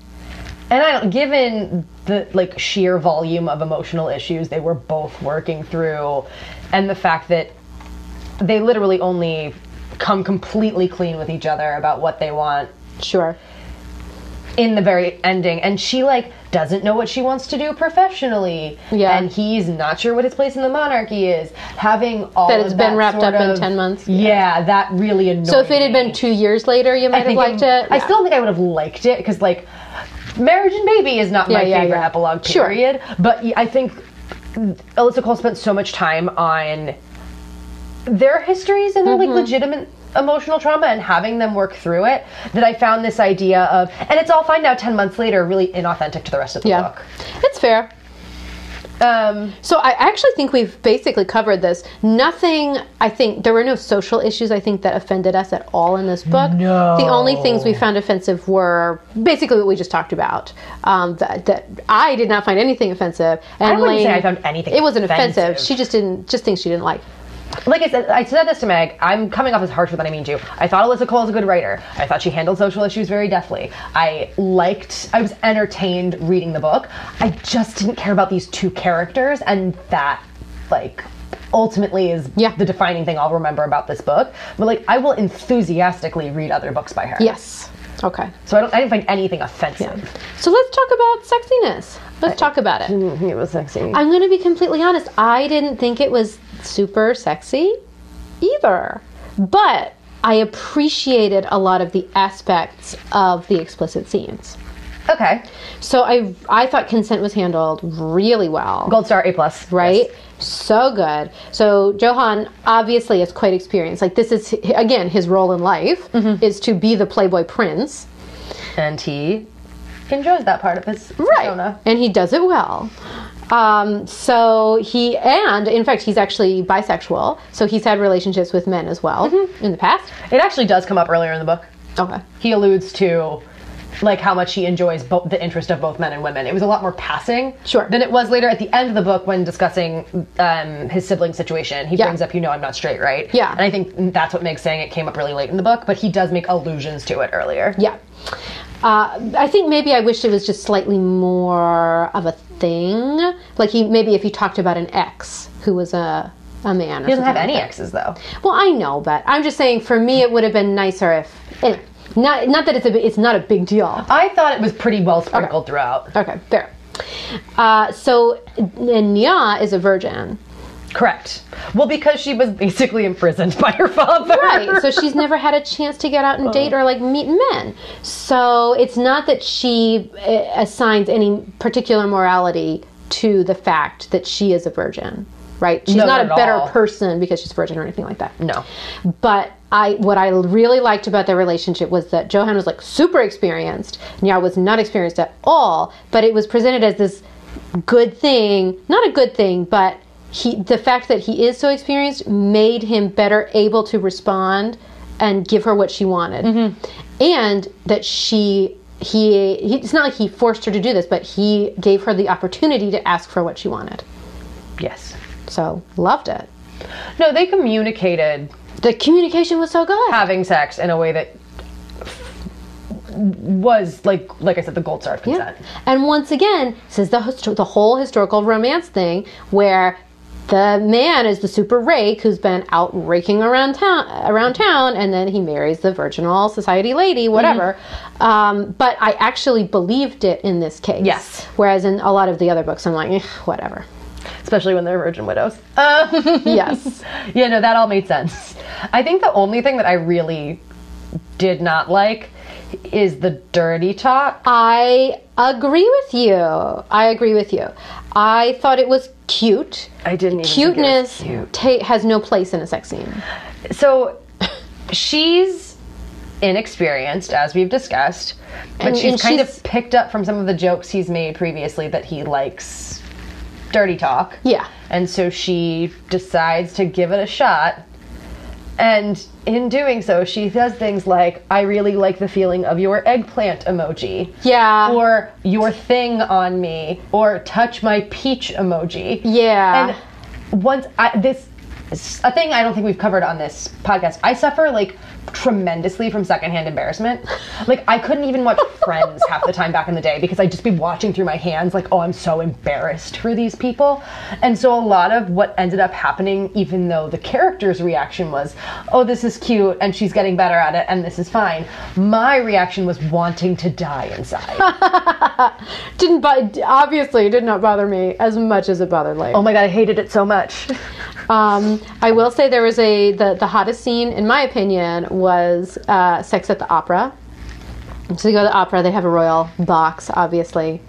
Speaker 2: And I don't, given the like sheer volume of emotional issues they were both working through, and the fact that they literally only come completely clean with each other about what they want
Speaker 1: Sure.
Speaker 2: in the very ending and she like doesn't know what she wants to do professionally
Speaker 1: Yeah.
Speaker 2: and he's not sure what his place in the monarchy is having all
Speaker 1: That
Speaker 2: of
Speaker 1: it's been wrapped
Speaker 2: sort
Speaker 1: up in
Speaker 2: of-
Speaker 1: 10 months?
Speaker 2: yeah, that really annoyed
Speaker 1: So if it had
Speaker 2: me.
Speaker 1: been two years later, you
Speaker 2: I
Speaker 1: might have
Speaker 2: think
Speaker 1: liked it.
Speaker 2: it, I
Speaker 1: Yeah.
Speaker 2: still think I would have liked it because like marriage and baby is not my
Speaker 1: Yeah, yeah,
Speaker 2: favorite
Speaker 1: yeah.
Speaker 2: epilogue
Speaker 1: Sure.
Speaker 2: period but y- I think Alyssa Cole spent so much time on their histories and their like
Speaker 1: Mm-hmm.
Speaker 2: legitimate emotional trauma and having them work through it that I found this idea of and it's all fine now 10 months later really inauthentic to the rest of the
Speaker 1: yeah. It's fair.
Speaker 2: book um
Speaker 1: So I actually think we've basically covered this. Nothing, I think, there were no social issues, I think, that offended us at all in this book.
Speaker 2: No.
Speaker 1: The only things we found offensive were basically what we just talked about. Um, that, that I did not find anything offensive. And
Speaker 2: wouldn't say I found anything
Speaker 1: It wasn't offensive.
Speaker 2: offensive.
Speaker 1: She just didn't, just things she didn't like.
Speaker 2: like I said, I said this to Meg. I'm coming off as harsher than I mean to. I thought Alyssa Cole is a good writer. I thought she handled social issues very deftly. I liked. I was entertained reading the book. I just didn't care about these two characters, and that, like, ultimately is
Speaker 1: Yeah.
Speaker 2: the defining thing I'll remember about this book. But like, I will enthusiastically read other books by her.
Speaker 1: Yes. Okay.
Speaker 2: So I don't. I didn't find anything offensive.
Speaker 1: So let's talk about sexiness. Let's talk about it.
Speaker 2: Mm, It was sexy.
Speaker 1: I'm going to be completely honest. I didn't think it was super sexy either. But I appreciated a lot of the aspects of the explicit scenes.
Speaker 2: okay.
Speaker 1: So I I thought consent was handled really well.
Speaker 2: Gold star A plus.
Speaker 1: Right? So good. So Johan obviously is quite experienced. Like this is again his role in life is to be the playboy prince.
Speaker 2: And he enjoys that part of his
Speaker 1: Right.
Speaker 2: persona.
Speaker 1: And he does it well. Um, so he, and in fact, he's actually bisexual. So he's had relationships with men as well
Speaker 2: Mm-hmm.
Speaker 1: in the past.
Speaker 2: It actually does come up earlier in the book.
Speaker 1: Okay.
Speaker 2: He alludes to like how much he enjoys both the interest of both men and women. It was a lot more passing
Speaker 1: Sure.
Speaker 2: than it was later at the end of the book when discussing um, his sibling situation. He
Speaker 1: Yeah.
Speaker 2: brings up, you know, I'm not straight, right?
Speaker 1: Yeah.
Speaker 2: And I think that's what makes saying it came up really late in the book, but he does make allusions to it earlier.
Speaker 1: Yeah. Uh, I think maybe I wish it was just slightly more of a thing. Like he maybe if he talked about an ex who was a a man. Or
Speaker 2: He doesn't have
Speaker 1: something
Speaker 2: any
Speaker 1: like
Speaker 2: exes though.
Speaker 1: that. Well, I know, but I'm just saying. For me, it would have been nicer if. Anyway, not not that it's a bi- it's not a big deal.
Speaker 2: I thought it was pretty well sprinkled throughout.
Speaker 1: Okay, fair. Uh, so and Nya is a virgin,
Speaker 2: Correct. Well, because she was basically imprisoned <laughs> by her father.
Speaker 1: right? So she's never had a chance to get out
Speaker 2: <laughs> Oh.
Speaker 1: and date or like meet men. So it's not that she uh, assigns any particular morality to the fact that she is a virgin, right? She's
Speaker 2: No,
Speaker 1: not
Speaker 2: not
Speaker 1: a
Speaker 2: at
Speaker 1: better
Speaker 2: all.
Speaker 1: person because she's a virgin or anything like that.
Speaker 2: No.
Speaker 1: But I what I really liked about their relationship was that Johan was like super experienced. Nya was not experienced at all, but it was presented as this good thing, not a good thing, but he the fact that he is so experienced made him better able to respond and give her what she wanted. And that she he, he it's not like he forced her to do this, but he gave her the opportunity to ask for what she wanted.
Speaker 2: Yes.
Speaker 1: So, loved it.
Speaker 2: No, they communicated
Speaker 1: The communication was so good.
Speaker 2: having sex in a way that was like like I said the gold star of
Speaker 1: Yeah.
Speaker 2: consent.
Speaker 1: And once again, this is the histo- the whole historical romance thing where the man is the super rake who's been out raking around town, around town, and then he marries the virginal society
Speaker 2: Mm-hmm.
Speaker 1: lady, whatever. Um, but I actually believed it in this case.
Speaker 2: Yes.
Speaker 1: Whereas in a lot of the other books, I'm like, "Eh, whatever.
Speaker 2: Especially when they're virgin <laughs> widows. Um,
Speaker 1: Yes.
Speaker 2: <laughs> yeah, no, that all made sense. I think the only thing that I really did not like is the dirty talk.
Speaker 1: I agree with you. I agree with you. I thought it was cute.
Speaker 2: I didn't even think it was
Speaker 1: Cuteness
Speaker 2: cute.
Speaker 1: ta- has no place in a sex scene.
Speaker 2: So she's inexperienced, as we've discussed, but
Speaker 1: And-
Speaker 2: she's
Speaker 1: and
Speaker 2: kind
Speaker 1: she's-
Speaker 2: of picked up from some of the jokes he's made previously that he likes dirty talk.
Speaker 1: Yeah.
Speaker 2: And so she decides to give it a shot. And in doing so, she says things like, I really like the feeling of your eggplant emoji.
Speaker 1: Yeah.
Speaker 2: Or your thing on me. Or touch my peach emoji.
Speaker 1: Yeah.
Speaker 2: And once I, this, a thing I don't think we've covered on this podcast, I suffer like tremendously from secondhand embarrassment. Like, I couldn't even <laughs> watch Friends half the time back in the day because I'd just be watching through my hands, like, oh, I'm so embarrassed for these people. And so, a lot of what ended up happening, even though the character's reaction was, oh, this is cute and she's getting better at it and this is fine, my reaction was wanting to die inside.
Speaker 1: didn't bo- obviously did not bother me as much as it bothered Leia.
Speaker 2: oh my God, I hated it so much.
Speaker 1: Um, I will say there was a the the hottest scene in my opinion was uh, sex at the opera. So you go to the opera, they have a royal box, obviously,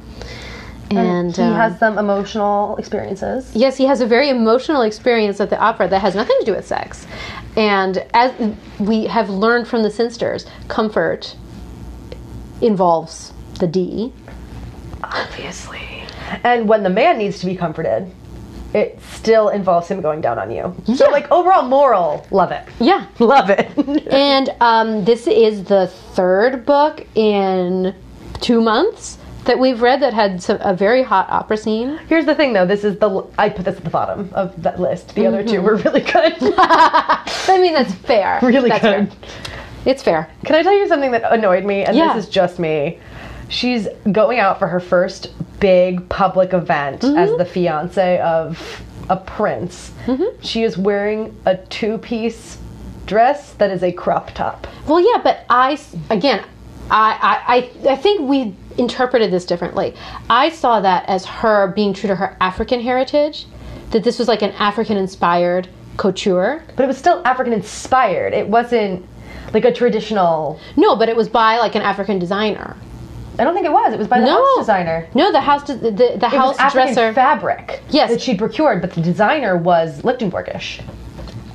Speaker 1: and
Speaker 2: he
Speaker 1: um,
Speaker 2: has some emotional experiences.
Speaker 1: yes, he has a very emotional experience at the opera that has nothing to do with sex. And as we have learned from the Sinsters, comfort involves the D.
Speaker 2: Obviously. And when the man needs to be comforted, it still involves him going down on you. So, like, overall moral, love it.
Speaker 1: Yeah,
Speaker 2: <laughs> Love it.
Speaker 1: And um, this is the third book in two months that we've read that had some, a very hot opera scene.
Speaker 2: <laughs> Here's the thing, though. This is the. l- I put this at the bottom of that list. The other two were really good. <laughs>
Speaker 1: I mean, that's fair.
Speaker 2: really
Speaker 1: that's
Speaker 2: good.
Speaker 1: Fair. It's fair.
Speaker 2: Can I tell you something that annoyed me? And
Speaker 1: Yeah.
Speaker 2: this is just me. She's going out for her first big public event as the fiance of a prince. She is wearing a two piece dress that is a crop top.
Speaker 1: Well, yeah, but I s- again, I I I, I think we interpreted this differently. I saw that as her being true to her African heritage, that this was like an African-inspired couture.
Speaker 2: But it was still African inspired. It wasn't like a traditional.
Speaker 1: No, but it was by like an African designer.
Speaker 2: I don't think it was. It was by the
Speaker 1: No
Speaker 2: house designer.
Speaker 1: No, the house de- the the, the
Speaker 2: It was
Speaker 1: house
Speaker 2: African
Speaker 1: dresser.
Speaker 2: fabric
Speaker 1: Yes.
Speaker 2: that she procured, but the designer was Lichtenbergish.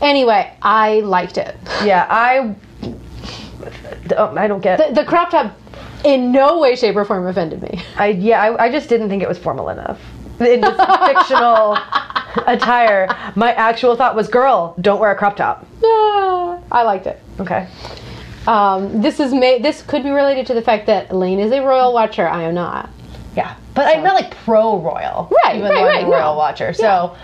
Speaker 1: anyway, I liked it. <laughs>
Speaker 2: Yeah, I. Um, I don't get.
Speaker 1: The, the crop top in no way, shape, or form offended me. <laughs>
Speaker 2: I yeah, I, I just didn't think it was formal enough. in this fictional attire. My actual thought was, girl, don't wear a crop top.
Speaker 1: Ah, I liked it.
Speaker 2: Okay.
Speaker 1: Um, this is may this could be related to the fact that Elaine is a royal watcher. I am not.
Speaker 2: Yeah, but I'm not like pro royal,
Speaker 1: Right,
Speaker 2: Even
Speaker 1: right,
Speaker 2: though
Speaker 1: right,
Speaker 2: I'm a royal
Speaker 1: no.
Speaker 2: watcher, so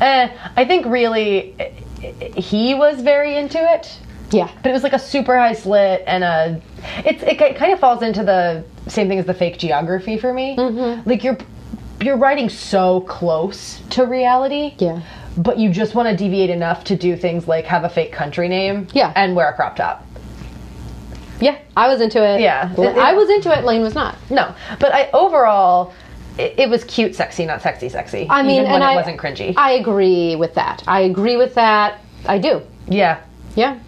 Speaker 2: eh, I think really eh, eh, he was very into it,
Speaker 1: Yeah.
Speaker 2: but it was like a super high slit and a. It's it, ki- kind of falls into the same thing as the fake geography for me.
Speaker 1: Mm-hmm.
Speaker 2: Like you're you're writing so close to reality,
Speaker 1: Yeah.
Speaker 2: but you just want to deviate enough to do things like have a fake country name,
Speaker 1: Yeah.
Speaker 2: and wear a crop top.
Speaker 1: Yeah. I was into it.
Speaker 2: Yeah.
Speaker 1: L-
Speaker 2: It- it-
Speaker 1: I was into it. Lane was not.
Speaker 2: No, but I overall. It it was cute, sexy, not sexy, sexy.
Speaker 1: I mean,
Speaker 2: even when
Speaker 1: and I
Speaker 2: it wasn't cringy.
Speaker 1: I agree with that. I agree with that. I do.
Speaker 2: Yeah.
Speaker 1: Yeah.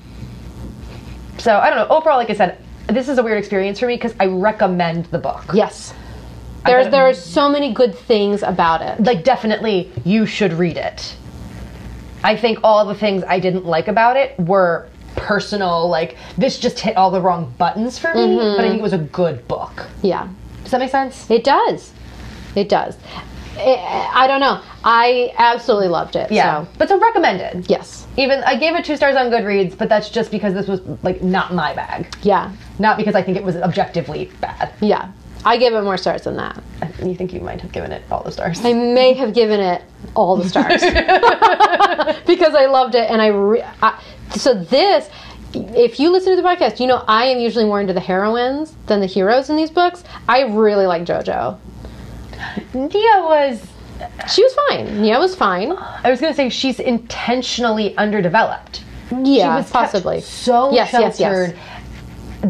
Speaker 2: So I don't know. Overall, like I said, this is a weird experience for me because I recommend the book.
Speaker 1: Yes.
Speaker 2: I
Speaker 1: There's
Speaker 2: bet-
Speaker 1: there are so many good things about it.
Speaker 2: Like definitely, you should read it. I think all the things I didn't like about it were personal. Like this just hit all the wrong buttons for me. But I think it was a good book.
Speaker 1: Yeah.
Speaker 2: Does that make sense?
Speaker 1: It does. It does. I I don't know. I absolutely loved it. So
Speaker 2: But so recommended.
Speaker 1: yes.
Speaker 2: Even I gave it two stars on Goodreads, but that's just because this was like not my bag.
Speaker 1: Yeah.
Speaker 2: Not because I think it was objectively bad.
Speaker 1: Yeah. I give it more stars than that.
Speaker 2: I- You think you might have given it all the stars?
Speaker 1: I may have given it all the
Speaker 2: <laughs>
Speaker 1: stars <laughs> because I loved it, and I, re- I. So this, if you listen to the podcast, you know I am usually more into the heroines than the heroes in these books. I really like JoJo.
Speaker 2: Nia was
Speaker 1: She was fine. Nia was fine.
Speaker 2: I was gonna say she's intentionally underdeveloped.
Speaker 1: Yeah,
Speaker 2: she was kept
Speaker 1: possibly.
Speaker 2: so
Speaker 1: Yes, yes, yes.
Speaker 2: sheltered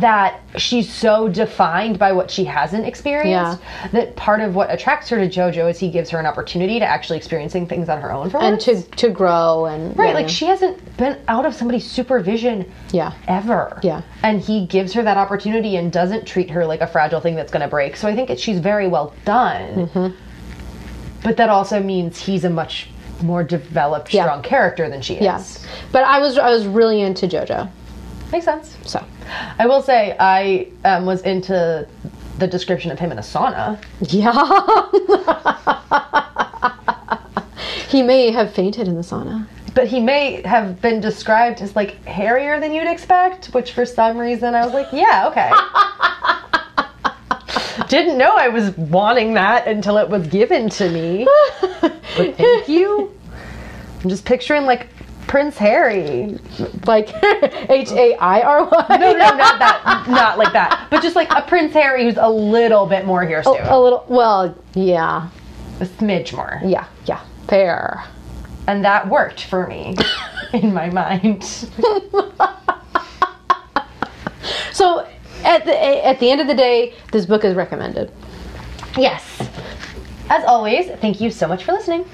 Speaker 2: that she's so defined by what she hasn't experienced that part of what attracts her to JoJo is he gives her an opportunity to actually experiencing things on her own for
Speaker 1: and
Speaker 2: once.
Speaker 1: to to grow and
Speaker 2: right,
Speaker 1: yeah,
Speaker 2: like
Speaker 1: yeah.
Speaker 2: she hasn't been out of somebody's supervision
Speaker 1: Yeah.
Speaker 2: ever.
Speaker 1: Yeah.
Speaker 2: and he gives her that opportunity and doesn't treat her like a fragile thing that's gonna break. So I think it, she's very well done.
Speaker 1: Mm-hmm.
Speaker 2: But that also means he's a much more developed,
Speaker 1: Yeah.
Speaker 2: strong character than she is.
Speaker 1: Yes, but I was I was really into JoJo.
Speaker 2: Makes sense.
Speaker 1: So
Speaker 2: I will say I um, was into the description of him in a sauna.
Speaker 1: yeah, <laughs> he may have fainted in the sauna. <laughs>
Speaker 2: But he may have been described as like hairier than you'd expect, which for some reason I was like, yeah, okay. Didn't know I was wanting that until it was given to me. But thank you. I'm just picturing like Prince Harry.
Speaker 1: like <laughs> H A I R Y.
Speaker 2: No, no, not that. Not like that. But just like a Prince Harry who's a little bit more hirsute.
Speaker 1: A little. Well, yeah,
Speaker 2: A smidge more.
Speaker 1: yeah, yeah. Fair. <laughs>
Speaker 2: And that worked for me <laughs> in my mind.
Speaker 1: So, at the at the end of the day, this book is recommended.
Speaker 2: Yes. As always, thank you so much for listening.